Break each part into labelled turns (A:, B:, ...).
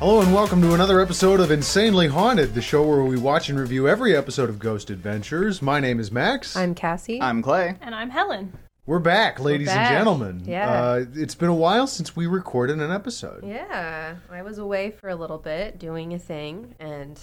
A: Hello and welcome to another episode of Insanely Haunted, the show where we watch and review every episode of Ghost Adventures. My name is Max.
B: I'm Cassie.
C: I'm Clay.
D: And I'm Helen.
A: We're back, ladies
B: back.
A: and gentlemen.
B: Yeah.
A: Uh, it's been a while since we recorded an episode.
B: yeah, I was away for a little bit doing a thing, and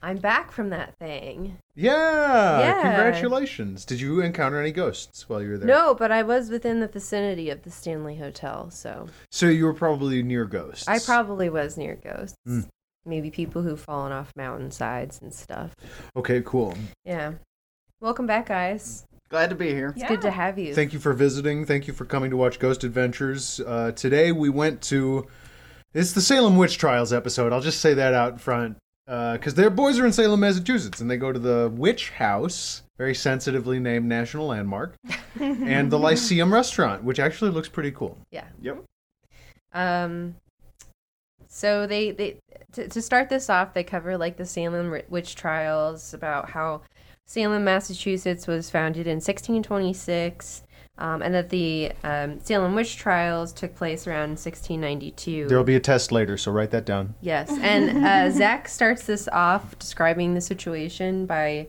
B: I'm back from that thing.
A: Yeah.
B: Yeah.
A: Congratulations. Did you encounter any ghosts while you were there?
B: No, but I was within the vicinity of the Stanley Hotel, so
A: So you were probably near ghosts.
B: I probably was near ghosts.
A: hmm.
B: Maybe people who've fallen off mountainsides and stuff.
A: Okay, cool.
B: Yeah. Welcome back, guys.
C: Glad to be here.
B: It's good to have you.
A: Thank you for visiting. Thank you for coming to watch Ghost Adventures. Uh, today we went to. It's the Salem Witch Trials episode. I'll just say that out front. Because their boys are in Salem, Massachusetts, and they go to the Witch House, very sensitively named National Landmark, and the Lyceum Restaurant, which actually looks pretty cool.
B: yeah.
C: Yep.
B: Um, so they they to, to start this off, they cover like the Salem ri- witch trials about how Salem, Massachusetts, was founded in 1626, um, and that the um, Salem witch trials took place around 1692.
A: There will be a test later, so write that down.
B: Yes, and uh, Zach starts this off describing the situation by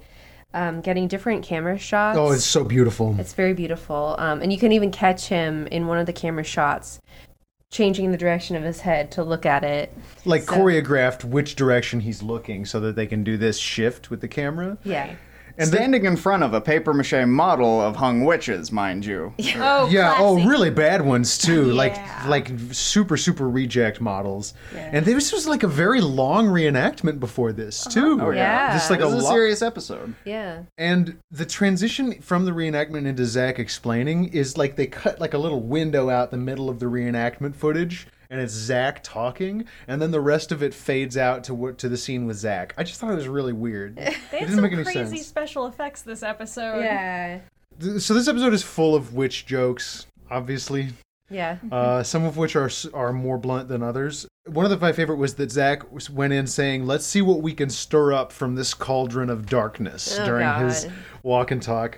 B: um, getting different camera shots.
A: Oh, it's so beautiful.
B: It's very beautiful. Um, and you can even catch him in one of the camera shots changing the direction of his head to look at it.
A: like
B: So-
A: choreographed which direction he's looking so that they can do this shift with the camera.
B: Yeah.
A: And then
C: Standing in front of a paper mache model of hung witches, mind you.
D: Oh,
A: yeah, oh,
D: classy.
A: really bad ones too.
D: Yeah.
A: Like like super super reject models. And this was like a very long reenactment before this too.
C: Oh, yeah.
B: Yeah.
A: Just like
C: This
A: a
C: is a
A: lo-
C: serious episode.
B: Yeah.
A: And the transition from the reenactment into Zach explaining is like they cut like a little window out the middle of the reenactment footage, and it's Zach talking, and then the rest of it fades out to what to the scene with Zach. I just thought it was really weird. it
D: They had
A: didn't
D: some
A: make any
D: crazy
A: sense.
D: special effects this episode.
B: Yeah.
A: Th- So this episode is full of witch jokes, obviously.
B: Yeah.
A: Uh, some of which are s- are more blunt than others. One of the, my favorite was that Zach was- went in saying, "Let's see what we can stir up from this cauldron of darkness"
B: Oh,
A: during his
B: God.
A: walk and talk.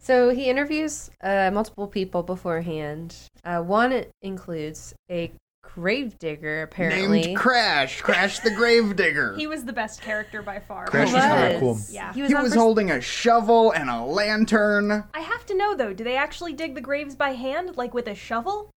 B: So he interviews uh, multiple people beforehand. Uh, one includes a gravedigger, apparently.
C: Named Crash. Crash the Gravedigger.
D: He was the best character by far.
A: Crash
B: He
A: was
B: was.
A: kinda cool.
D: Yeah.
B: He was,
C: He
B: on
C: was
B: for-
C: holding a shovel and a lantern.
D: I have to know though, do they actually dig the graves by hand, like with a shovel?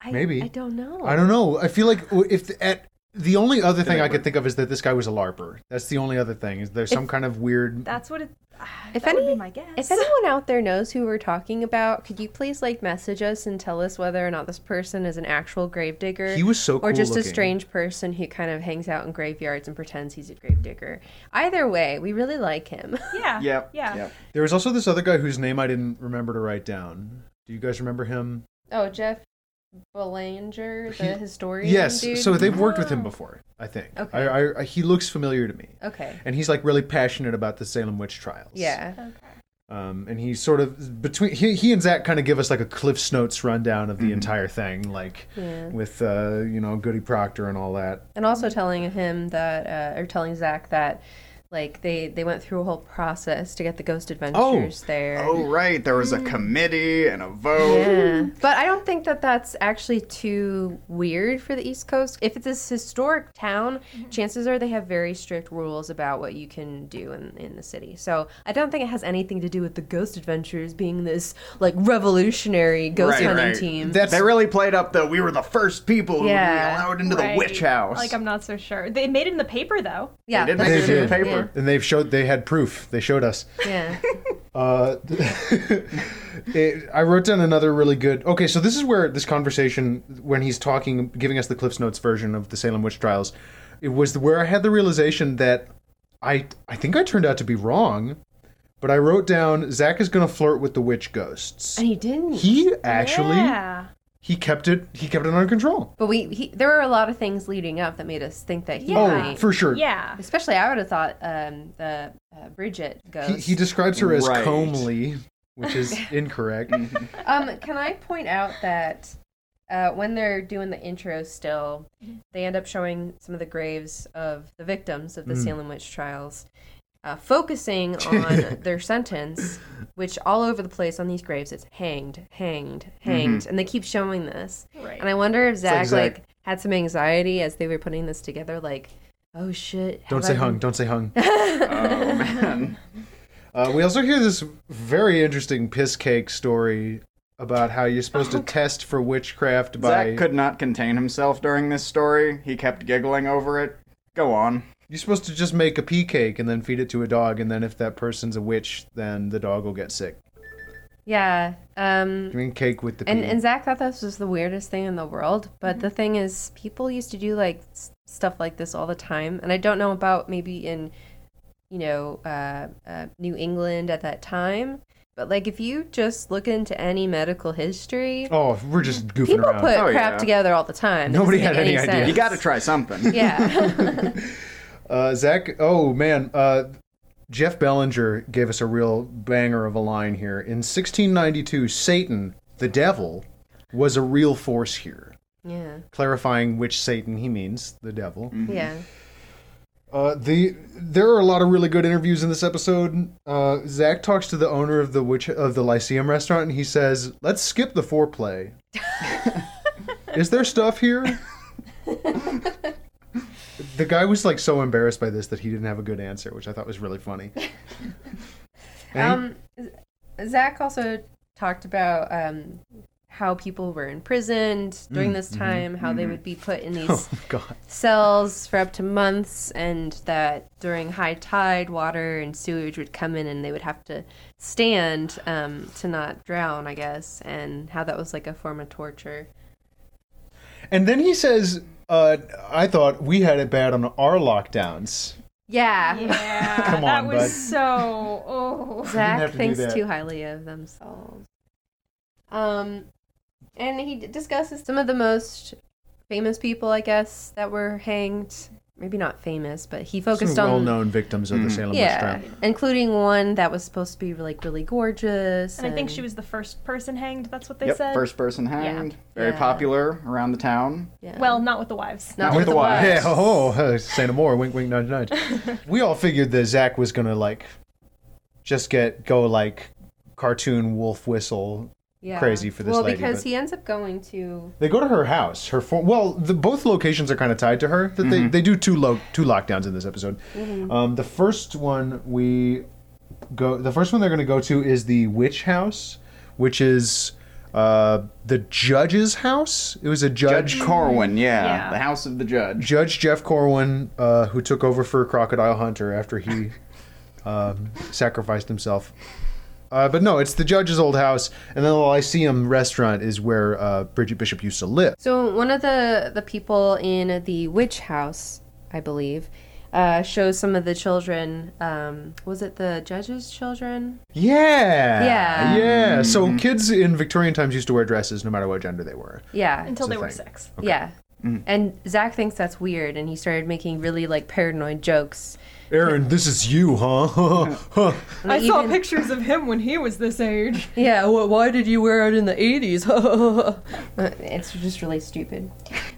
B: I,
A: Maybe.
B: I don't know.
A: I don't know. I feel like w- if the, at the only other thing
C: they
A: I could
C: were-
A: think of is that this guy was a larper. That's the only other thing. Is there some kind of weird?
D: That's what it.
B: If
D: that would
B: any-
D: be my guess.
B: If anyone out there knows who we're talking about, could you please like message us and tell us whether or not this person is an actual gravedigger?
A: He was so cool
B: Or just
A: looking.
B: a strange person who kind of hangs out in graveyards and pretends he's a gravedigger. Either way, we really like him.
D: yeah.
C: Yep.
D: Yeah.
C: Yep.
A: There was also this other guy whose name I didn't remember to write down. Do you guys remember him?
B: Oh, Jeff Belanger, the historian.
A: yes.
B: dude?
A: So they've worked with him before. I think.
B: Okay.
A: I, I, I, he looks familiar to me.
B: Okay.
A: And he's like really passionate about the Salem witch trials.
B: Yeah.
A: Um, and he sort of between he, he and Zach kind of give us like a Cliff's Notes rundown of the
C: Mm-hmm.
A: entire thing, like
B: Yeah.
A: with uh, you know Goody Proctor and all that.
B: And also telling him that, uh, or telling Zach that, like, they, they went through a whole process to get the
A: Oh.
B: Ghost Adventures there.
C: Oh, right. There was a committee and a vote.
B: Yeah. But I don't think that that's actually too weird for the East Coast. If it's this historic town,
A: Mm-hmm.
B: chances are they have very strict rules about what you can do in, in the city. So I don't think it has anything to do with the Ghost Adventures being this like revolutionary ghost
C: Right,
B: hunting
C: right.
B: team.
A: That's
C: They really played up the we were the first people who
B: Yeah.
C: were allowed into
D: Right.
C: the witch house.
D: Like I'm not so sure. They made it in the paper though.
B: yeah,
C: did
B: that's
C: make
A: it
B: true.
A: in the
C: paper.
A: and they've showed they had proof. They showed us.
B: Yeah.
A: Uh, it, I wrote down another really good. Okay, so this is where this conversation, when he's talking, giving us the Cliff's Notes version of the Salem witch trials, it was where I had the realization that I I think I turned out to be wrong But I wrote down Zach is gonna flirt with the witch ghosts.
B: And he didn't.
A: He actually
D: Yeah.
A: he kept it he kept it under control.
B: but we he, there were a lot of things leading up that made us think that he
D: Yeah.
A: Oh,
B: might.
A: for sure.
D: Yeah.
B: Especially, I would have thought um, the uh, Bridget ghost.
A: He, he describes her as
C: Right.
A: comely, which is incorrect.
B: Um, can I point out that uh, when they're doing the intro, still they end up showing some of the graves of the victims of the
A: Mm.
B: Salem witch trials, uh, focusing on their sentence, which all over the place on these graves it's hanged, hanged, hanged, and they keep showing this.
D: Right.
B: And I wonder if Zach
A: Mm-hmm. like
B: like,
A: Zach-
B: had some anxiety as they were putting this together, like, oh shit, have
A: Don't
B: I
A: say
B: been-
A: hung, don't say hung.
C: oh man.
A: Uh, we also hear this very interesting piss cake story about how you're supposed
B: Oh.
A: to test for witchcraft by
C: Zach could not contain himself during this story. He kept giggling over it. Go on.
A: you're supposed to just make a pea cake and then feed it to a dog, and then if that person's a witch, then the dog will get sick.
B: Yeah. Um,
A: Drink cake with the
B: And
A: pea.
B: and Zach thought this was the weirdest thing in the world, but
C: Mm-hmm.
B: the thing is, people used to do like s- stuff like this all the time, and I don't know about maybe in, you know, uh, uh, New England at that time, but like if you just look into any medical history,
A: oh, we're just goofing
B: people
A: around.
B: put
C: Oh,
B: crap
C: yeah.
B: together all the time. It
A: Nobody
B: doesn't
A: had
B: make
A: any idea.
B: sense.
C: You gotta try something.
B: Yeah.
A: Uh, Zach, oh man, uh, Jeff Bellinger gave us a real banger of a line here. In 1692, Satan, the devil, was a real force here,
B: yeah.
A: clarifying which Satan he means, the devil.
B: Yeah.
A: Uh, the there are a lot of really good interviews in this episode. Uh, Zach talks to the owner of the witch of the Lyceum restaurant, and he says, "Let's skip the foreplay." Is there stuff here? the guy was like so embarrassed by this that he didn't have a good answer, which I thought was really funny. And he-
B: Um, Z- Zach also talked about um, how people were imprisoned during
C: Mm,
B: this
C: mm-hmm,
B: time, how they would be put in these.
A: oh god,
B: cells for up to months, and that during high tide, water and sewage would come in, and they would have to stand um, to not drown, I guess, and how that was like a form of torture.
A: and then he says, uh, "I thought we had it bad on our lockdowns."
B: Yeah,
D: Yeah.
A: Come
D: that
A: on,
D: was
A: bud.
D: so. Oh.
A: have
B: Zach
A: to do
B: thinks
A: that.
B: too highly of themselves. Um, and he d- discusses some of the most famous people, I guess, that were hanged. Maybe not famous, but he focused
A: Some
B: on Mm.
A: well-known victims of the Salem witch
B: yeah,
A: trial.
B: including one that was supposed to be like really gorgeous.
D: And I think she was the first person hanged. That's what they
C: Yep,
D: said.
C: first person hanged. Very
B: Yeah.
C: popular around the town.
B: yeah.
D: Well, not with the wives.
B: not
C: with the
A: Yeah,
C: wives.
A: oh, oh, say no more. Wink, wink, nudge, nudge. we all figured that Zach was gonna like just get go like cartoon wolf whistle.
B: Yeah.
A: crazy for this
B: Well,
A: lady,
B: because
A: but-
B: he ends up going to
A: They go to her house. Her for- well, the, both locations are kind of tied to her. That
C: Mm-hmm.
A: they they do two lo- two lockdowns in this episode. Um, the first one we go. The first one they're gonna go to is the witch house, which is. Uh, the judge's house. It was a judge
C: Judge Corwin, yeah,
D: Yeah.
C: The house of the judge.
A: Judge Jeff Corwin, uh, who took over for Crocodile Hunter after he um, sacrificed himself. Uh, but no, it's the judge's old house, and then the Lyceum restaurant is where uh, Bridget Bishop used to live.
B: so one of the the people in the witch house, I believe, uh, shows some of the children. Um, was it the judge's children?
A: Yeah.
B: Yeah.
A: Yeah. So kids in Victorian times used to wear dresses no matter what gender they were.
B: Yeah,
D: Until they
A: the
D: were
A: thing.
D: six.
B: yeah.
A: Mm.
B: And Zach thinks that's weird, and he started making really like paranoid jokes.
A: Aaron, this is you, huh?
D: I
B: they
D: saw
B: even-
D: pictures of him when he was this age.
B: Yeah, wh- why did you wear it in the eighties? Uh, it's just really stupid.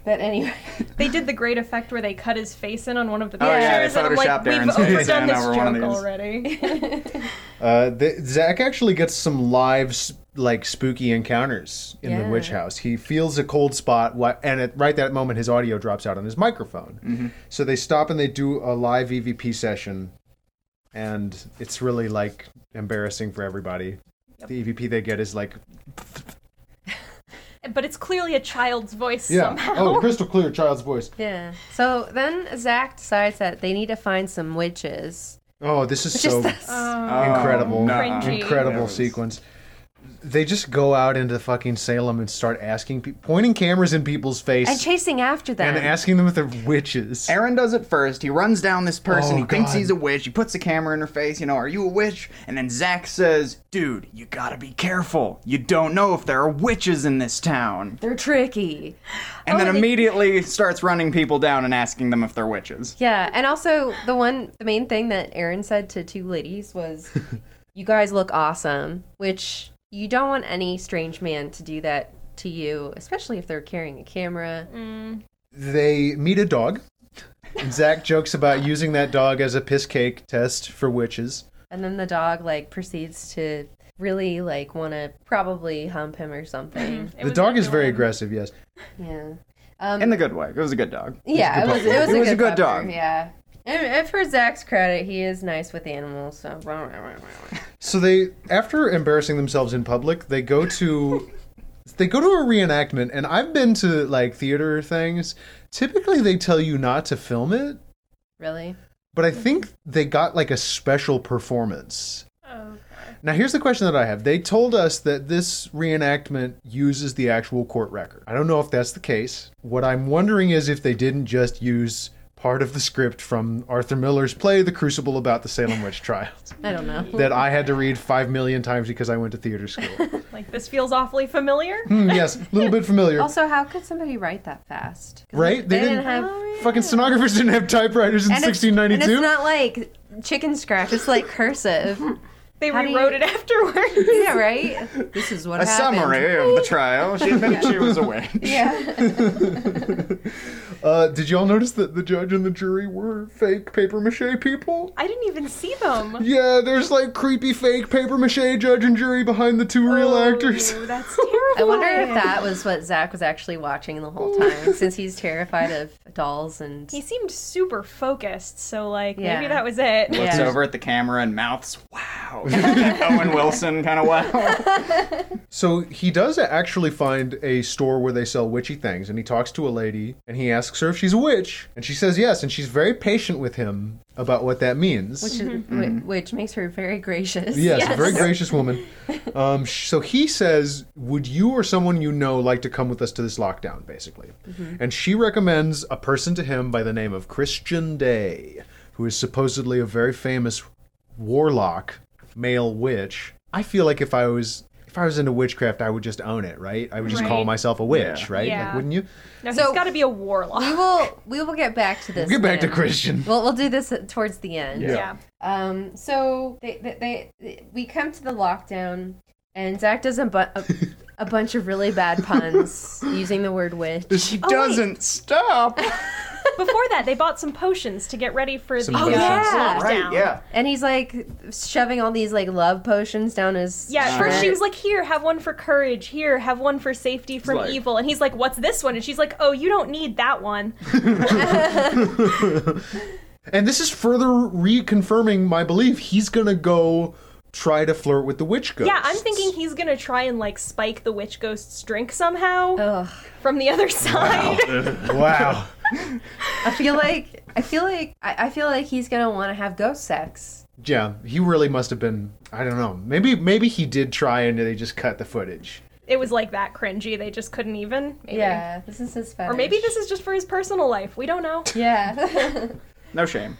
B: But anyway,
D: They did the great effect where they cut his face in on one of the
C: Oh,
D: pictures,
C: yeah, they
D: and I'm like,
C: photoshopped
D: we've
C: Aaron's face
D: overdone
C: in
D: this
C: over one of
D: joke
C: these."
D: already.
A: Uh, th- Zach actually gets some live, s- like spooky encounters in the
B: Yeah.
A: witch house. He feels a cold spot, wh- and at right that moment, his audio drops out on his microphone. So they stop and they do a live EVP session, and it's really like embarrassing for everybody. The EVP they get is like,
D: But it's clearly a child's voice
A: yeah,
D: somehow.
A: oh, crystal clear child's voice.
B: yeah. So then Zach decides that they need to find some witches.
A: Oh, this is
B: Which
A: so
B: is this.
D: Oh.
C: Oh,
A: incredible,
C: nuh-uh.
D: Cringy.
A: incredible
C: That was-
A: sequence. they just go out into fucking Salem and start asking, pe- pointing cameras in people's face
B: and chasing after them.
A: and asking them if they're witches.
C: Aaron does it first. He runs down this person.
A: Oh,
C: he thinks
A: God.
C: he's a witch. He puts a camera in her face. You know, are you a witch? And then Zach says, Dude, you gotta be careful. You don't know if there are witches in this town.
B: They're tricky.
C: And then
B: and they-
C: immediately starts running people down and asking them if they're witches.
B: Yeah, and also the one, the main thing that Aaron said to two ladies was, "You guys look awesome," which you don't want any strange man to do that to you, especially if they're carrying a camera.
A: They meet a dog. And Zach jokes about using that dog as a piss cake test for witches.
B: And then the dog like proceeds to really like want to probably hump him or something.
D: It
A: the
D: was
A: dog
D: a
A: is
D: good
A: very
D: one.
A: aggressive, yes.
B: yeah. Um,
C: In the good way. It was a good dog.
B: Yeah, it was, it was,
C: He was a good
B: pupper,
C: dog.
B: Yeah. And, and for Zach's credit, he is nice with animals. So
A: So they, after embarrassing themselves in public, they go to they go to a reenactment. And I've been to like theater things. Typically, they tell you not to film it,
B: really,
A: but I think they got like a special performance.
D: Oh.
A: Now, here's the question that I have. They told us that this reenactment uses the actual court record. I don't know if that's the case. What I'm wondering is if they didn't just use part of the script from Arthur Miller's play, The Crucible About the Salem Witch Trials,
B: I don't know.
A: that I had to read five million times because I went to theater school.
D: Like this feels awfully familiar.
A: Hmm, yes, a little bit familiar.
B: Also, how could somebody write that fast? 'Cause
A: Right?
B: They,
A: They
B: didn't,
A: didn't-
B: have.
A: Fucking stenographers didn't have typewriters in
B: and it's-
A: 1692.
B: And it's not like chicken scratch. It's like cursive.
D: They
B: How do you-
D: rewrote it afterwards.
B: yeah, right. This is what
C: A
B: happened.
C: summary of the trial. She admitted she was a witch.
B: Yeah.
A: uh, did y'all notice that the judge and the jury were fake paper mache people?
D: I didn't even see them.
A: Yeah, there's like creepy fake paper mache judge and jury behind the two real actors.
D: Ooh, Oh, that's terrible.
B: I wonder if that was what Zach was actually watching the whole time, since he's terrified of dolls and.
D: He seemed super focused, so like
B: Yeah.
D: maybe that was it.
C: Looks
B: Yeah.
C: over at the camera and mouths, wow. Owen Wilson kind of wow.
A: So he does actually find a store where they sell witchy things, and he talks to a lady and he asks her if she's a witch, and she says yes, and she's very patient with him about what that means.
B: Which, is, whi- which makes her very gracious.
A: Yes,
D: Yes.
A: very gracious woman. Um, sh- so he says, "Would you or someone you know like to come with us to this lockdown?" Basically,
D: Mm-hmm.
A: and she recommends a person to him by the name of Christian Day, who is supposedly a very famous warlock, male witch. I feel like if I was if I was into witchcraft, I would just own it, right? I would just call
D: Right.
A: myself a witch, right? Like,
D: Yeah.
A: wouldn't you?
D: No,
B: So-
D: he's got to be a warlock.
B: We will. We will get back to this.
A: Get back to
B: now.
A: Christian.
B: We'll, we'll do this towards the end.
A: Yeah.
D: yeah.
B: Um, so they, they, they, we come to the lockdown, and Zach does a, bu- a, a bunch of really bad puns using the word witch.
C: She
D: wait.
C: doesn't stop.
D: Before that, they bought some potions to get ready for
A: Some
D: the uh,
A: Oh, potions.
B: yeah.
D: lockdown.
C: right, yeah.
B: And he's like shoving all these like love potions down his.
D: Yeah, at first
B: shirt.
D: she was like, "Here, have one for courage. Here, have one for safety from
C: like-
D: evil." And he's like, "What's this one?" And she's like, "Oh, you don't need that one."
A: And this is further reconfirming my belief. He's gonna go try to flirt with the witch ghost.
D: Yeah, I'm thinking he's gonna try and like spike the witch ghost's drink somehow
B: Ugh.
D: from the other side.
A: Wow.
B: I feel like I feel like I, I feel like he's gonna want to have ghost sex.
A: Yeah, he really must have been. I don't know. Maybe maybe he did try and they just cut the footage.
D: It was like that cringy. They just couldn't even. Maybe.
B: Yeah, this is his fetish.
D: Or maybe this is just for his personal life. We don't know.
B: Yeah.
C: No shame.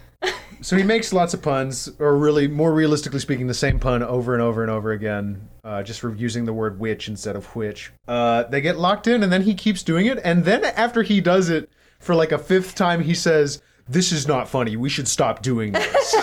A: So he makes lots of puns, or really, more realistically speaking, the same pun over and over and over again, uh, just re- using the word witch instead of which. Uh, they get locked in, and then he keeps doing it. And then after he does it for like a fifth time, he says, "This is not funny. We should stop doing this.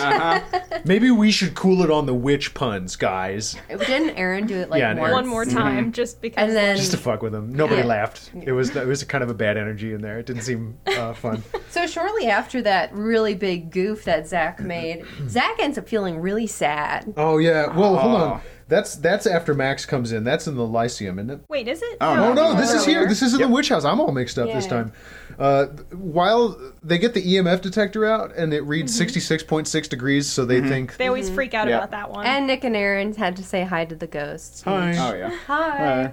A: Maybe we should cool it on the witch puns, guys."
B: Didn't Aaron do it like
A: Yeah, and
B: once?
A: Aaron-
D: One more time,
A: Mm-hmm.
D: just because.
B: And then
A: Just to fuck with him. Nobody
B: Yeah.
A: laughed. It was it was kind of a bad energy in there. It didn't seem uh, fun.
B: So shortly after that really big goof that Zach made, Zach ends up feeling really sad.
A: Oh yeah. Well, hold on.
C: Aw.
A: That's that's after Max comes in. That's in the Lyceum, isn't it?
D: Wait, is it?
C: Oh,
A: Oh no,
C: no,
A: this is here. This is in the witch house. I'm all mixed up this
B: Yeah.
A: time. Uh, while they get the EMF detector out and it
B: Mm-hmm.
A: reads 66.6 degrees, so they think.
D: They always freak out
C: Yeah.
D: about that one.
B: And Nick and Aaron had to say hi to the ghosts.
A: Um, Hi.
C: Oh, yeah.
B: Hi.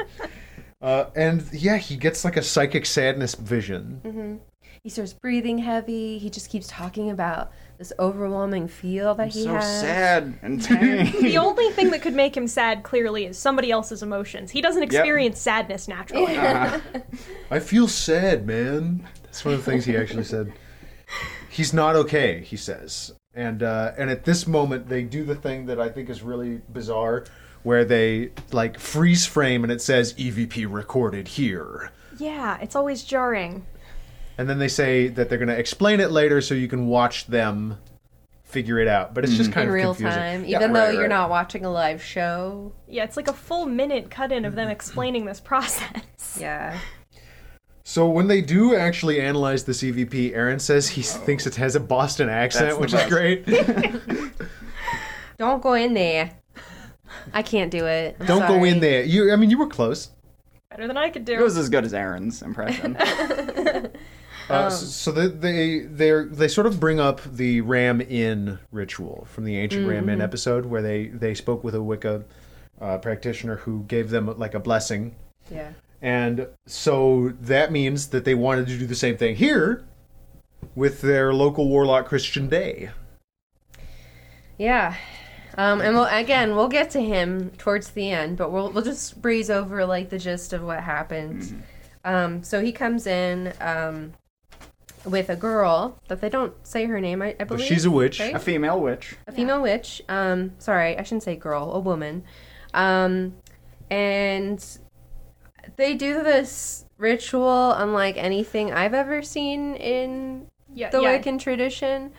A: Uh, and yeah, he gets like a psychic sadness vision.
B: He starts breathing heavy. He just keeps talking about this overwhelming feel that he
C: so
B: has.
C: sad and dang.
D: The only thing that could make him sad, clearly, is somebody else's emotions. He doesn't experience sadness naturally.
A: I feel sad, man. That's one of the things he actually said. He's not okay, he says. And uh, and at this moment, they do the thing that I think is really bizarre, where they like freeze frame and it says EVP recorded here,
D: yeah, it's always jarring.
A: and then they say that they're going to explain it later so you can watch them figure it out. But it's just kind
B: Mm-hmm. in
A: of
B: real
A: confusing.
B: time,
A: Yeah,
B: even though
A: right,
B: you're
A: right.
B: not watching a live show.
D: Yeah, it's like a full minute cut in of them explaining this process.
B: Yeah.
A: So when they do actually analyze this EVP, Aaron says he
B: Oh.
A: thinks it has a Boston accent,
C: That's the
A: which is
C: best.
A: great.
B: Don't go in there. I can't do it. I'm
A: Don't go
B: sorry.
A: in there. You, I mean, you were close.
D: Better than I could
C: It
D: do.
C: was as good as Aaron's impression.
B: Oh.
A: Uh, s- so they they they're, they sort of bring up the ram in ritual from the ancient ram
B: Mm-hmm.
A: in episode where they they spoke with a Wicca uh, practitioner who gave them like a blessing,
B: Yeah.
A: and so that means that they wanted to do the same thing here with their local warlock Christian Day.
B: Yeah. Um, and we'll, again, we'll get to him towards the end, but we'll we'll just breeze over like the gist of what happened.
A: Mm-hmm.
B: Um, so he comes in um, with a girl that they don't say her name. I, I
A: But
B: believe
A: she's a witch.
B: right?
C: a female witch.
B: a female witch. Um, sorry, I shouldn't say girl, a woman. Um, and they do this ritual unlike anything I've ever seen in
D: yeah,
B: the
D: yeah.
B: Wiccan tradition,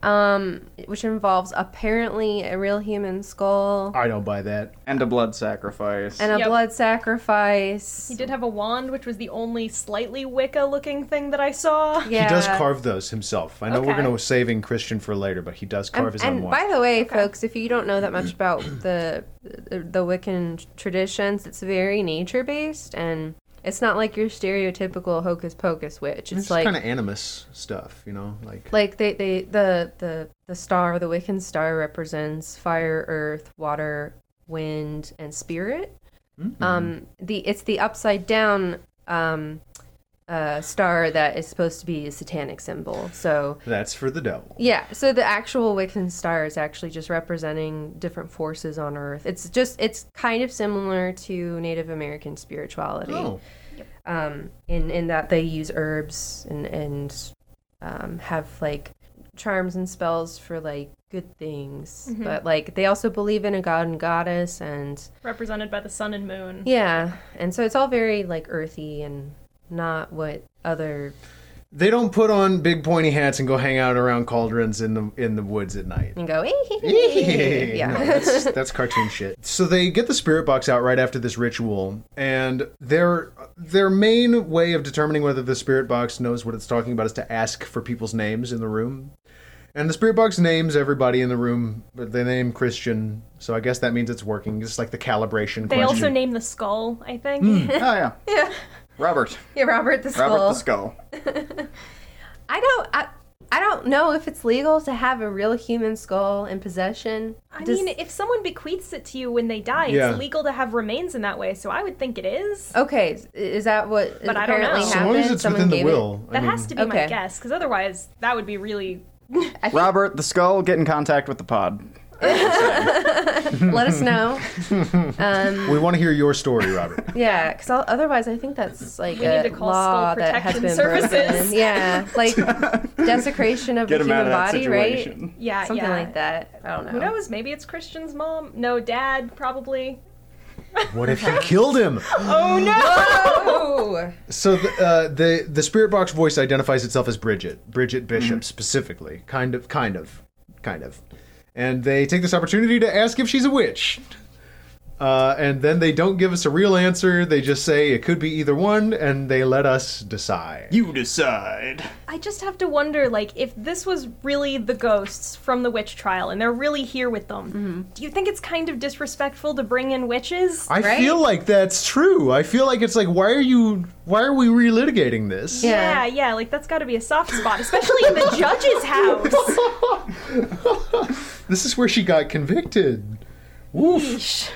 B: um, which involves apparently a real human skull
A: I don't buy that.
C: And a blood sacrifice.
B: and a
D: Yep.
B: blood sacrifice.
D: He did have a wand, which was the only slightly Wicca looking thing that I saw.
B: Yeah.
A: He does carve those himself. I know we're
D: Okay.
A: going to saving Christian for later, but he does carve
B: And,
A: his own
B: and
A: one.
B: by the way, folks, if you don't know that much about the the, the Wiccan traditions, it's very nature based, and it's not like your stereotypical hocus pocus witch. It's,
A: it's
B: like
A: kind of animus stuff, you know, like
B: like they, they the the the star, the Wiccan star represents fire, earth, water, wind, and spirit. Um, the it's the upside down um, uh, star that is supposed to be a satanic symbol. So
A: that's for the devil.
B: Yeah, so the actual Wiccan star is actually just representing different forces on Earth. It's just it's kind of similar to Native American spirituality,
A: Oh.
B: um, in in that they use herbs and and um, have like charms and spells for like good things,
D: Mm-hmm.
B: but like they also believe in a god and goddess, and
D: Represented by the sun and moon.
B: yeah, and so it's all very like earthy and not what other
A: They don't put on big pointy hats and go hang out around cauldrons in the in the woods at night.
B: and go yeah.
A: No, that's that's cartoon shit. So they get the spirit box out right after this ritual, and their their main way of determining whether the spirit box knows what it's talking about is to ask for people's names in the room. And the spirit box names everybody in the room, but they name Christian, so I guess that means it's working. Just like the calibration
D: They
A: question.
D: also name the skull, I think.
A: Hmm.
C: oh yeah. Yeah. Robert.
B: yeah, Robert the
C: Robert
B: Skull.
C: the Skull.
B: I don't. I, I don't know if it's legal to have a real human skull in possession.
D: I
B: Does-
D: mean, if someone bequeaths it to you when they die,
A: Yeah.
D: it's legal to have remains in that way, so I would think it is.
B: okay, is- is that what
D: But I don't
B: apparently
D: know.
A: so
B: happened?
A: long as it's
B: Someone
A: within the
B: gave it-
A: will. I
D: That
A: mean-
D: has to be
B: okay.
D: my guess, because otherwise that would be really.
C: Robert the Skull, get in contact with the pod.
B: let us know. um,
A: We want to hear your story, Robert.
B: yeah, because otherwise, I think that's like a
D: need to call
B: law
D: skull
B: that has
D: protection
B: been
D: services.
B: broken. Yeah, like desecration of
C: Get
B: the
C: him out
B: human
C: of that
B: body, right?
C: situation.
D: Yeah,
B: Something
D: yeah.
B: like that. I don't know.
D: Who knows? Maybe it's Christian's mom. No, dad, probably.
A: What if you killed him?
D: Oh no!
B: Oh,
A: So the, uh, the the spirit box voice identifies itself as Bridget, Bridget Bishop specifically, kind of, kind of, kind of, and they take this opportunity to ask if she's a witch. Uh, and then they don't give us a real answer. They just say it could be either one, and they let us decide.
C: You decide.
D: I just have to wonder, like, if this was really the ghosts from the witch trial and they're really here with them,
B: Mm-hmm.
D: do you think it's kind of disrespectful to bring in witches?
A: I
B: Right?
A: feel like that's true. I feel like it's like, why are you? Why are we relitigating this?
B: yeah.
D: yeah, yeah, like that's got to be a soft spot, especially in the judge's house.
A: This is where she got convicted. Woof.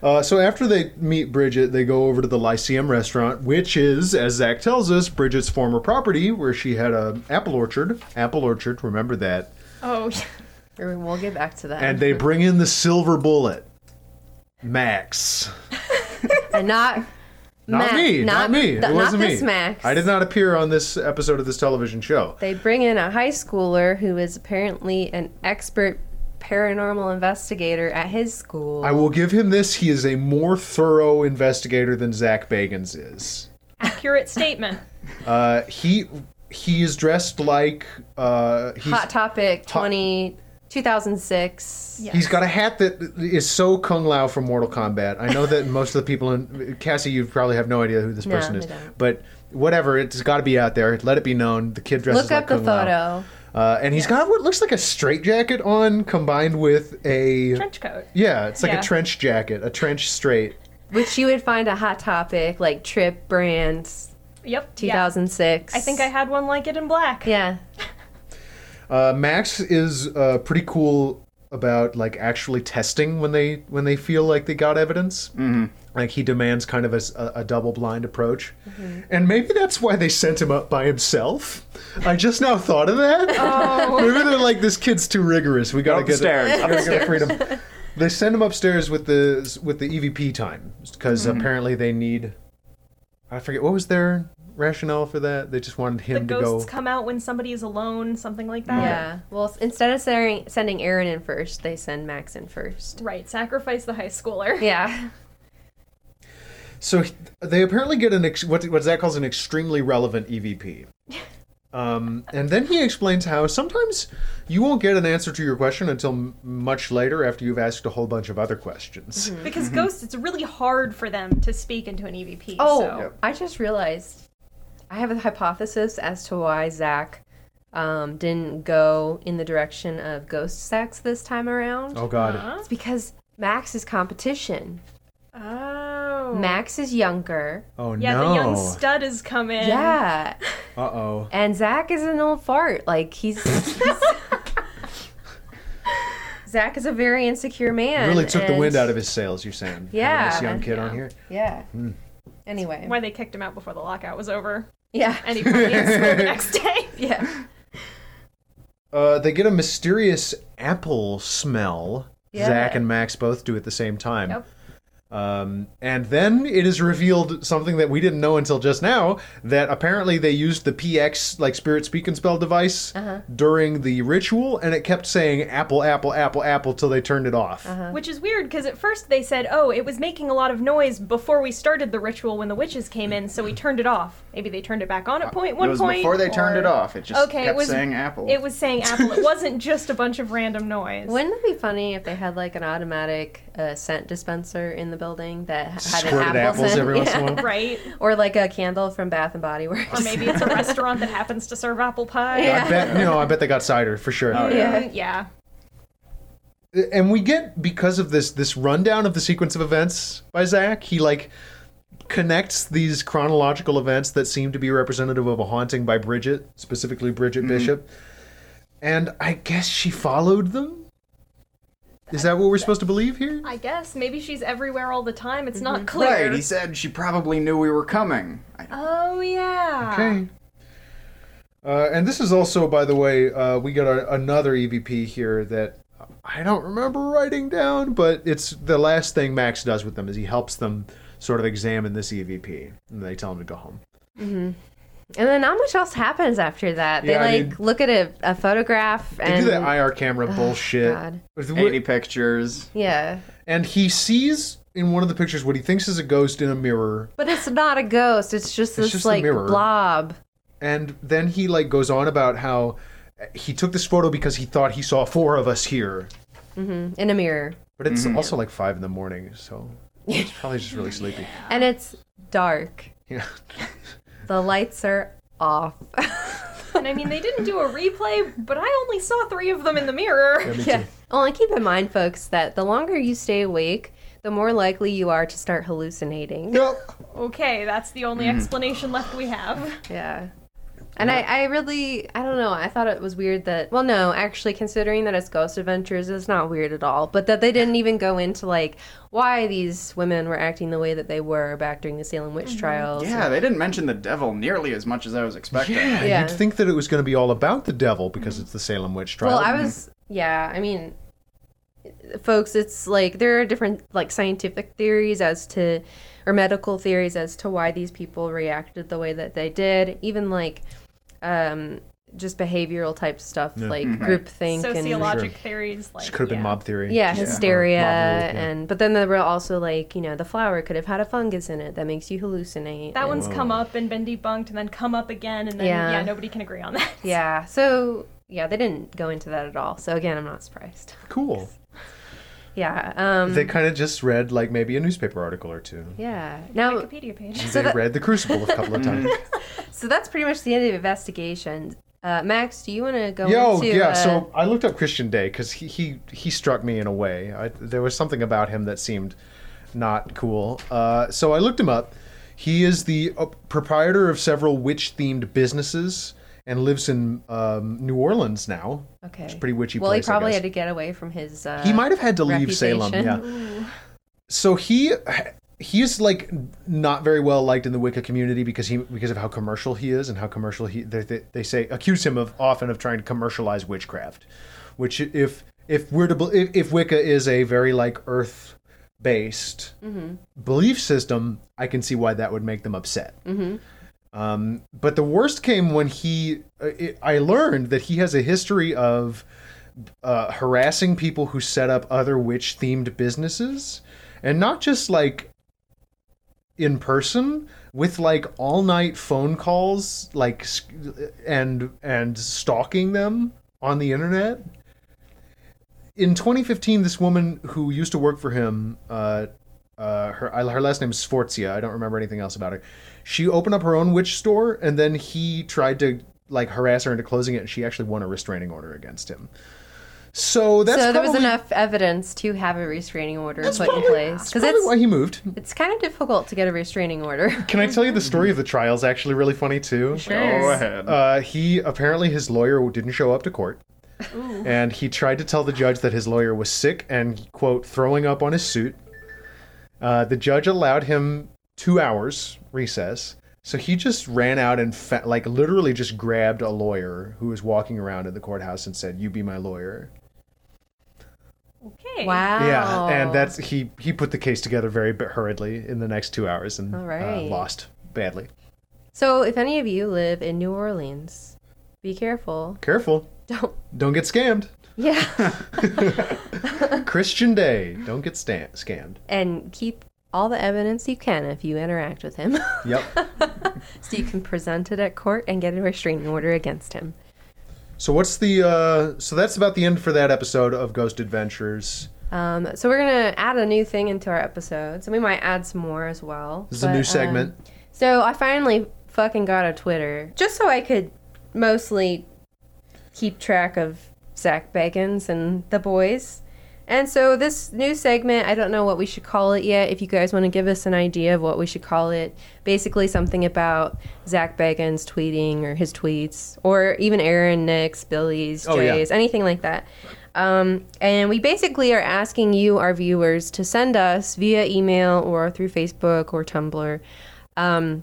A: Uh, so after they meet Bridget, they go over to the Lyceum restaurant, which is, as Zach tells us, Bridget's former property where she had a apple orchard. Apple orchard, remember that.
D: Oh,
B: We'll get back to that.
A: And they bring in the silver bullet, Max.
B: And not
A: Not
B: Max-
A: me. Not, me.
B: th-
A: it wasn't
B: not
A: me.
B: this Max.
A: I did not appear on this episode of this television show.
B: They bring in a high schooler who is apparently an expert paranormal investigator at his school.
A: I will give him this. He is a more thorough investigator than Zach Bagans is.
D: accurate statement.
A: Uh, he he is dressed like uh, he's,
B: Hot Topic 20, 2006.
D: Yeah.
A: he's got a hat that is so Kung Lao from Mortal Kombat. I know that most of the people in Cassie, you probably have no idea who this
B: No,
A: person
B: I
A: is,
B: don't.
A: but whatever, it's got to be out there. Let it be known. The kid dresses
B: Look
A: like
B: up the
A: Kung Lao.
B: photo.
A: Uh, and he's got what looks like a straitjacket on, combined with a
D: Trench coat.
A: yeah, it's like
D: Yeah.
A: a trench jacket, a trench straight.
B: Which you would find a Hot Topic, like Trip Brands,
D: Yep. yeah.
B: 2006.
D: I think I had one like it in black.
B: Yeah.
A: Uh, Max is uh, pretty cool about like actually testing when they when they feel like they got evidence. Mm-hmm. Like he demands kind of a, double blind approach, and maybe that's why they sent him up by himself. I just now thought of that. maybe they're like this kid's too rigorous. We gotta
C: Up the
A: get
C: stairs,
A: we gotta get freedom. They send him upstairs with the with the EVP time because apparently they need. I forget what was their rationale for that. They just wanted
D: The
A: him to go.
D: ghosts come out when somebody is alone, something like that.
B: Yeah. Well, s- instead of sending, sending Aaron in first, they send Max in first.
D: Right. Sacrifice the high schooler.
B: Yeah.
A: So he- they apparently get an ex- what what Zach calls an extremely relevant EVP. Um, and then he explains how sometimes you won't get an answer to your question until m- much later after you've asked a whole bunch of other questions.
D: Because ghosts, it's really hard for them to speak into an EVP.
B: Oh,
D: so.
B: I just realized I have a hypothesis as to why Zach um, didn't go in the direction of ghost sex this time around.
A: Oh God!
D: Huh?
B: It's because Max is competition.
D: Oh.
B: Max is younger.
A: Oh
D: yeah,
A: no!
D: the young stud is coming.
B: Yeah.
A: uh oh!
B: And Zach is an old fart. Like, he's. he's- Zach is a very insecure man.
A: Really took the
B: and-
A: wind out of Hmm. his sails. You're saying? having
B: Yeah,
A: This young
B: and-
A: kid on here.
B: Yeah. Anyway.
D: Why they kicked him out before the lockout was over.
B: Yeah.
D: And he probably had school the next day.
B: yeah.
A: Uh, they get a mysterious apple smell.
B: Yeah.
A: Zach and Max both do at the same time.
D: Yep.
A: Um, and then it is revealed something that we didn't know until just now that apparently they used the PX like spirit speak and spell device
B: Uh-huh.
A: during the ritual, and it kept saying apple, apple, apple, apple till they turned it off.
B: Uh-huh.
D: Which is weird because at first they said, oh, it was making a lot of noise before we started the ritual when the witches came in, so we turned it off. Maybe they turned it back on at point
C: Uh,
D: one
C: it was
D: point.
C: before they turned
D: or-
C: it off. It just
D: Okay,
C: kept
D: it was
C: saying apple.
D: It was saying apple. It wasn't just a bunch of random noise.
B: Wouldn't it be funny if they had like an automatic uh, scent dispenser in the building that h- had
A: Squirted
B: an apple
A: apples
B: scent?
A: every once in a
B: Yeah.
A: while.
D: right?
B: Or like a candle from Bath and Body Works.
D: Or maybe it's a restaurant that happens to serve apple pie.
B: Yeah.
A: I bet, you know, I bet they got cider for sure.
B: yeah.
D: Mm, yeah.
A: and we get because of this this rundown of the sequence of events by Zach, he like connects these chronological events that seem to be representative of a haunting by Bridget, specifically Bridget Bishop. And I guess she followed them. Is that what we're supposed to believe here?
D: I guess maybe she's everywhere all the time. It's
B: Mm-hmm.
D: not clear.
C: right. He said she probably knew we were coming. I,
D: Oh yeah.
A: Okay. Uh, and this is also, by the way, uh, we got a, another EVP here that I don't remember writing down, but it's the last thing Max does with them is he helps them sort of examine this EVP, and they tell him to go home.
B: And then not much else happens after that. They
A: Yeah, I
B: like
A: mean-
B: look at a, a photograph
A: They
B: and
A: do that IR camera bullshit.
B: God.
A: With-
C: 80 pictures.
B: yeah,
A: And he sees in one of the pictures what he thinks is a ghost in a mirror,
B: but it's not a ghost. It's just this
A: just a
B: like
A: mirror.
B: blob.
A: and then he like goes on about how he took this photo because he thought he saw four of us here.
B: in a mirror.
A: But it's also like five in the morning, so he's probably just really sleepy.
B: And it's dark.
A: Yeah.
B: The lights are off.
D: And I mean, they didn't do a replay, but I only saw three of them in the mirror.
B: yeah. Well, and keep in mind, folks, that the longer you stay awake, the more likely you are to start hallucinating.
A: Yep.
D: Okay, that's the only explanation left we have.
B: Yeah. And I, I really, I don't know. I thought it was weird that, well, no, actually, considering that it's Ghost Adventures, it's not weird at all. But that they didn't even go into like why these women were acting the way that they were back during the Salem witch trials.
C: Yeah, they didn't mention the devil nearly as much as I was expecting.
A: Yeah,
B: Yeah.
A: you'd think that it was going to be all about the devil because it's the Salem witch trial.
B: Well, I was, yeah, I mean, folks, it's like there are different like scientific theories as to, or medical theories as to why these people reacted the way that they did. Even like, um, just behavioral type stuff like groupthink and
D: Sociologic
A: Sure.
D: theories, like
A: It could have been
D: yeah.
A: mob theory.
B: yeah,
A: Just-
B: hysteria
A: or mob rule, yeah.
B: and but then there were also like you know the flower could have had a fungus in it that makes you hallucinate.
D: That
B: and-
D: one's come up and been debunked, and then come up again, and then
B: Yeah.
D: yeah, nobody can agree on that.
B: yeah. So yeah, they didn't go into that at all. So again, I'm not surprised.
A: cool.
B: Yeah. Um.
A: They kind of just read like maybe a newspaper article or two.
B: yeah. Now
D: Wikipedia page.
A: they read the Crucible a couple of times.
B: Mm-hmm. So that's pretty much the end of the investigation. Uh, Max, do you want to go
A: Yo,
B: into?
A: yeah.
B: uh,
A: So I looked up Christian Day because he, he he struck me in a way. I, there was something about him that seemed not cool. Uh, so I looked him up. He is the uh, proprietor of several witch-themed businesses and lives in um, New Orleans now.
B: okay,
A: It's a pretty witchy
B: Well,
A: place,
B: he
A: I
B: probably
A: guess.
B: had to get away from his. Uh,
A: he might have had to leave Salem.
B: reputation.
A: Yeah. So he he is like not very well liked in the Wicca community because he because of how commercial he is and how commercial he they, they, they say accuse him of often of trying to commercialize witchcraft, which if if we're to bel- if, if Wicca is a very like earth based belief system, I can see why that would make them upset. Um, but the worst came when he. Uh, it, I learned that he has a history of uh, harassing people who set up other witch themed businesses, and not just like in person with like all night phone calls, like sc- and and stalking them on the internet. In 2015, this woman who used to work for him, uh, uh, her her last name is Sforzia. I don't remember anything else about her. She opened up her own witch store, and then he tried to like harass her into closing it. And she actually won a restraining order against him. So that's
B: so there was
A: probably-
B: enough evidence to have a restraining order put in
A: probably-
B: place
A: That's
B: because
A: probably
B: it's
A: why he moved.
B: it's kind of difficult to get a restraining order.
A: Can I tell you the
B: Mm-hmm.
A: story of the trial is actually really funny too?
C: Go ahead.
A: Uh, he apparently his lawyer didn't show up to court, and he tried to tell the judge that his lawyer was sick and quote throwing up on his suit. Uh, the judge allowed him two hours recess, so he just ran out and fa- like literally just grabbed a lawyer who was walking around in the courthouse and said, "You be my lawyer."
D: Okay.
B: Wow.
A: Yeah, and that's he he put the case together very b- hurriedly in the next two hours and
B: All
A: uh,
B: right.
A: lost badly.
B: so. If any of you live in New Orleans, be careful.
A: Careful,
B: Don't.
A: don't get scammed.
B: Yeah,
A: Christian Day, don't get sta- scammed.
B: and keep all the evidence you can if you interact with him,
A: Yep.
B: so you can present it at court and get a restraining order against him.
A: So what's the uh so that's about the end for that episode of Ghost Adventures.
B: Um, so we're gonna add a new thing into our episodes, and we might add some more as well.
A: This is a new
B: um,
A: segment.
B: so I finally fucking got a Twitter, just so I could mostly keep track of Zach Bagans and the boys. And so this new segment, I don't know what we should call it yet. If you guys want to give us an idea of what we should call it, basically something about Zach Bagans tweeting or his tweets, or even Aaron, Nick's, Billy's,
A: Oh, yeah.
B: Jay's, anything like that. Um, and we basically are asking you, our viewers, to send us via email or through Facebook or Tumblr um,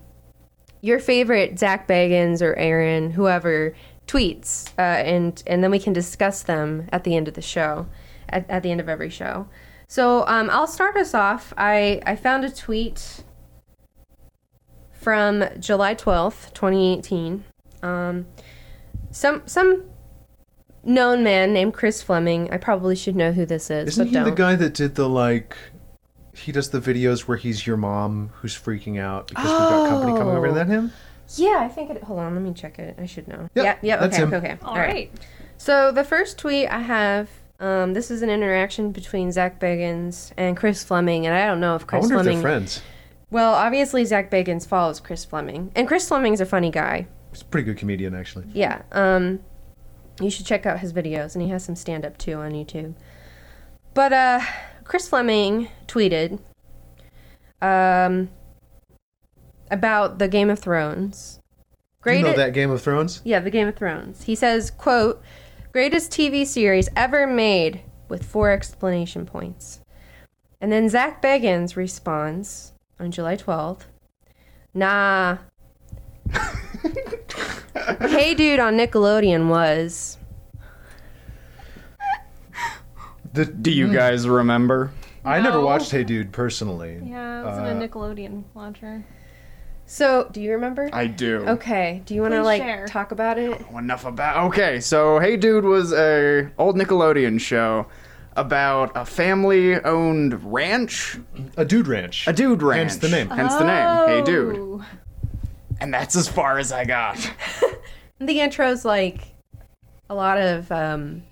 B: your favorite Zach Bagans or Aaron, whoever tweets, uh, and and then we can discuss them at the end of the show, at, at the end of every show. So um, I'll start us off. I I found a tweet from July twelfth, twenty eighteen. Um, some some known man named Chris Fleming. I probably should know who this is,
A: Isn't
B: but
A: he
B: don't.
A: the guy that did the like he does the videos where he's your mom who's freaking out because we've got company coming over. Isn't that him?
B: Oh, Yeah, I think it. Hold on, let me check it. I should know.
A: Yep,
B: yeah, yeah.
A: that's
B: okay,
A: him.
B: okay.
D: All right.
B: So the first tweet I have, um, this is an interaction between Zach Bagans and Chris Fleming, and I don't know if
A: I
B: Chris
A: wonder if
B: Fleming.
A: they're friends.
B: Well, obviously Zach Bagans follows Chris Fleming, and Chris Fleming's a funny guy.
A: He's a pretty good comedian actually.
B: Yeah. Um, you should check out his videos, and he has some stand up too on YouTube. But uh, Chris Fleming tweeted um, about the Game of Thrones.
A: You know
B: Greatest,
A: that Game of Thrones?
B: yeah, the Game of Thrones. He says, "quote Greatest TV series ever made," with four explanation points. And then Zach Bagans responds on July twelfth, "Nah." hey, dude, on Nickelodeon was
C: Do
A: mm.
C: you guys remember?
A: I never
D: No.
A: watched Hey Dude personally.
D: Yeah, it was in a Nickelodeon launcher.
B: so. Do you remember?
C: I do.
B: Okay. Do you want to
D: Please
B: like
D: share.
B: talk about it?
C: Oh, enough about okay so hey dude was a old nickelodeon show about a family owned ranch
A: A dude ranch.
C: a dude ranch
A: Hence the name.
C: hence the name hey dude
D: Oh.
C: and that's as far as i got
B: The intro's like a lot of um,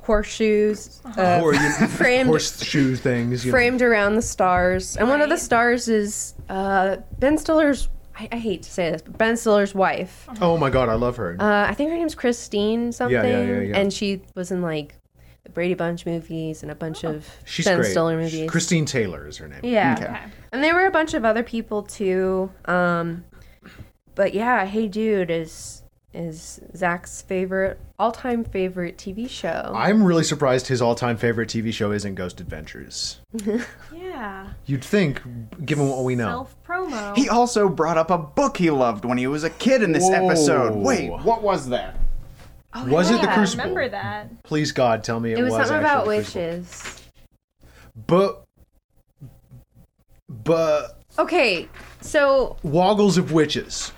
B: horseshoes uh,
A: Or you-
B: framed
A: horseshoe things. You know.
B: framed around the stars, and one of the
D: Right.
B: stars is uh, Ben Stiller's. I, I hate to say this, but Ben Stiller's wife.
A: Oh my god, I love her.
B: Uh, I think her name's Christine something,
A: yeah, yeah.
B: and she was in like the Brady Bunch movies and a bunch of
A: Oh, She's
B: Ben
A: great.
B: Stiller
A: She-
B: movies.
A: Christine Taylor is her name.
B: yeah,
C: okay
B: and there were a bunch of other people too. Um, but yeah, Hey Dude is is Zach's favorite all time favorite TV show.
A: I'm really surprised his all-time favorite TV show isn't Ghost Adventures.
D: Yeah.
A: You'd think, given what we know.
D: Self promo.
C: he also brought up a book he loved when he was a kid in this
A: Whoa.
C: episode wait what was that
A: was it the
D: yeah,
A: Crucible?
D: remember that.
A: Please God, tell me it,
B: it was, something
A: actually
B: about
A: The Crucible.
B: witches.
A: But, but
B: Okay, so
A: Woggles of Witches.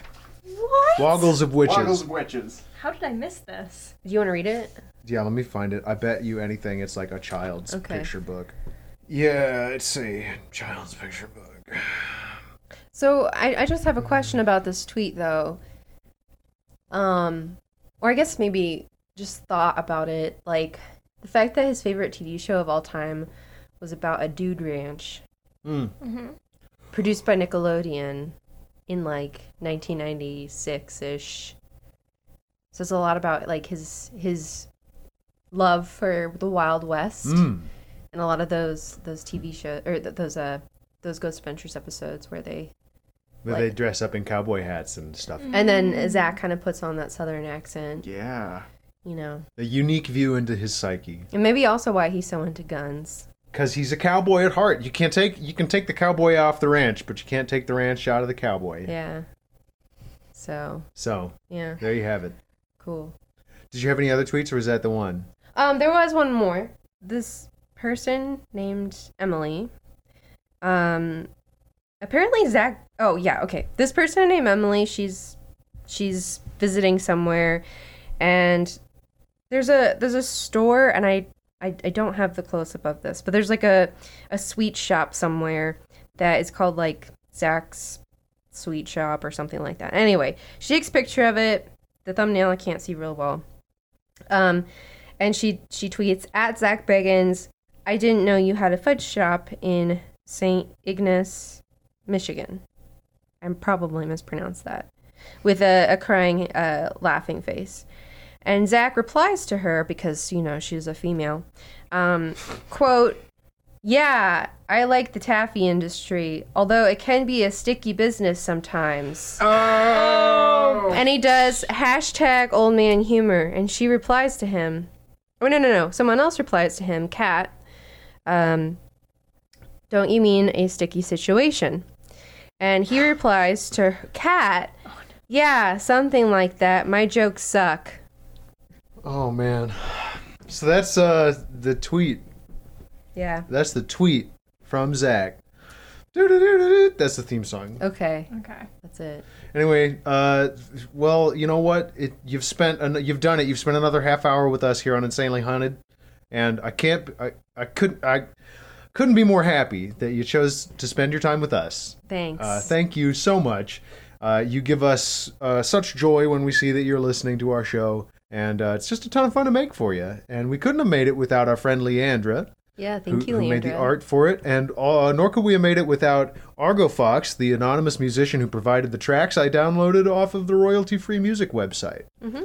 D: What?
A: Woggles of Witches.
C: Waggles witches
D: How did I miss this?
B: do you want to read it?
A: Yeah, let me find it. I bet you anything it's like a child's
B: Okay.
A: picture book. Yeah, it's a child's picture book.
B: So I, I just have a question about this tweet though. Um or I guess maybe just thought about it like the fact that his favorite TV show of all time was about a dude ranch
A: Mm.
B: produced by Nickelodeon in like 1996ish. So it's a lot about like his his love for the Wild West
A: Mm.
B: and a lot of those those TV shows or th- those uh those Ghost Adventures episodes where they
A: Where
B: Like- Mm.
A: they dress up in cowboy hats and stuff.
B: And then Zach kind of puts on that southern accent,
C: yeah
B: you know.
A: A unique view into his psyche.
B: And maybe also why he's so into guns.
A: Cause he's a cowboy at heart. You can't take you can take the cowboy off the ranch, but you can't take the ranch out of the cowboy.
B: Yeah. So,
A: So
B: yeah,
A: there you have it.
B: cool.
A: Did you have any other tweets or was that the one?
B: Um there was one more. This person named Emily. Um apparently Zach Oh, yeah, okay. This person named Emily, she's she's visiting somewhere and there's a there's a store and I I, I don't have the close up of this, but there's like a, a sweet shop somewhere that is called like Zach's Sweet Shop or something like that. Anyway, she takes a picture of it. The thumbnail I can't see real well. Um, and she she tweets at Zach Biggins. I didn't know you had a fudge shop in St. Ignace, Michigan. I probably mispronounced that. With a, a crying, uh, laughing face. And Zach replies to her because, you know, she's a female. Um, quote, Yeah, I like the taffy industry, although it can be a sticky business sometimes.
C: oh
B: And he does hashtag old man humor, and she replies to him. Oh no no no! Someone else replies to him, Cat. Um, don't you mean a sticky situation? And he replies to Cat, yeah, something like that. My jokes suck.
A: Oh man. So that's uh the tweet.
B: Yeah.
A: That's the tweet from Zach. Doo-doo-doo-doo-doo. That's the theme song.
B: Okay,
D: Okay.
B: that's it.
A: Anyway, uh, well, you know what? It, you've spent, an, you've done it. You've spent another half hour with us here on Insanely Hunted, and I can't, I, I couldn't, I couldn't be more happy that you chose to spend your time with us.
B: Thanks.
A: Uh, thank you so much. Uh, you give us uh, such joy when we see that you're listening to our show, and uh, it's just a ton of fun to make for you. And we couldn't have made it without our friend Leandra
B: yeah,
A: who,
B: thank you,
A: who
B: Leandra.
A: made the art for it, and uh, nor could we have made it without Argo Fox, the anonymous musician who provided the tracks I downloaded off of the royalty-free music website.
B: Mm-hmm.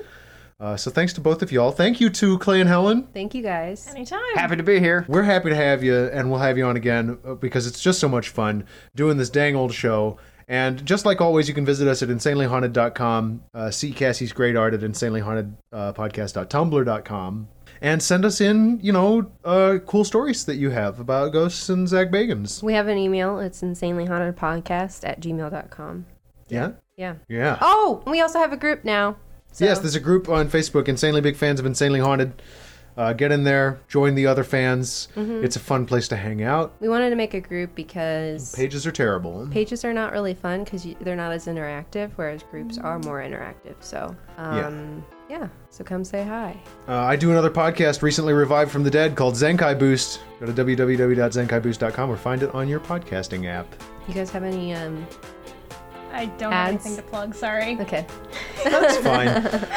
A: Uh, so thanks to both of y'all. Thank you to Clay and Helen.
B: Thank you guys.
D: Anytime.
C: happy to be here
A: We're happy to have you, and we'll have you on again uh, because it's just so much fun doing this dang old show. And just like always, you can visit us at insanelyhaunted.com, uh, see Cassie's great art at uh, insanelyhauntedpodcast.tumblr.com, and send us in, you know, uh, cool stories that you have about ghosts and Zach Bagans.
B: We have an email. It's insanelyhauntedpodcast at gmail.com.
A: Yeah?
B: Yeah.
A: Yeah.
B: Oh, and we also have a group now. So
A: Yes, there's a group on Facebook, Insanely Big Fans of Insanely Haunted. Uh, get in there, join the other fans. It's a fun place to hang out.
B: we wanted to make a group because
A: Pages are terrible.
B: pages are not really fun because they're not as interactive, whereas groups are more interactive. So, um, yeah. So come say hi.
A: Uh, I do another podcast recently revived from the dead called Zenkai Boost. Go to www.zenkaiboost.com or find it on your podcasting app.
B: You guys have any? Um,
D: I don't have
B: Ads.
D: anything to plug, sorry.
B: okay.
A: That's fine.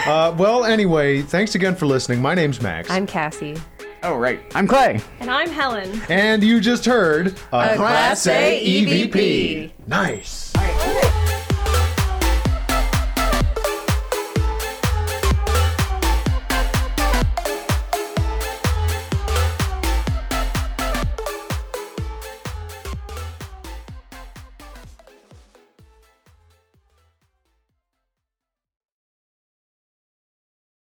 A: uh, well, anyway, thanks again for listening. My name's Max.
B: I'm Cassie.
C: Oh, right. I'm Clay.
D: And I'm Helen.
A: and you just heard
C: E
B: A Class A EVP.
A: Nice.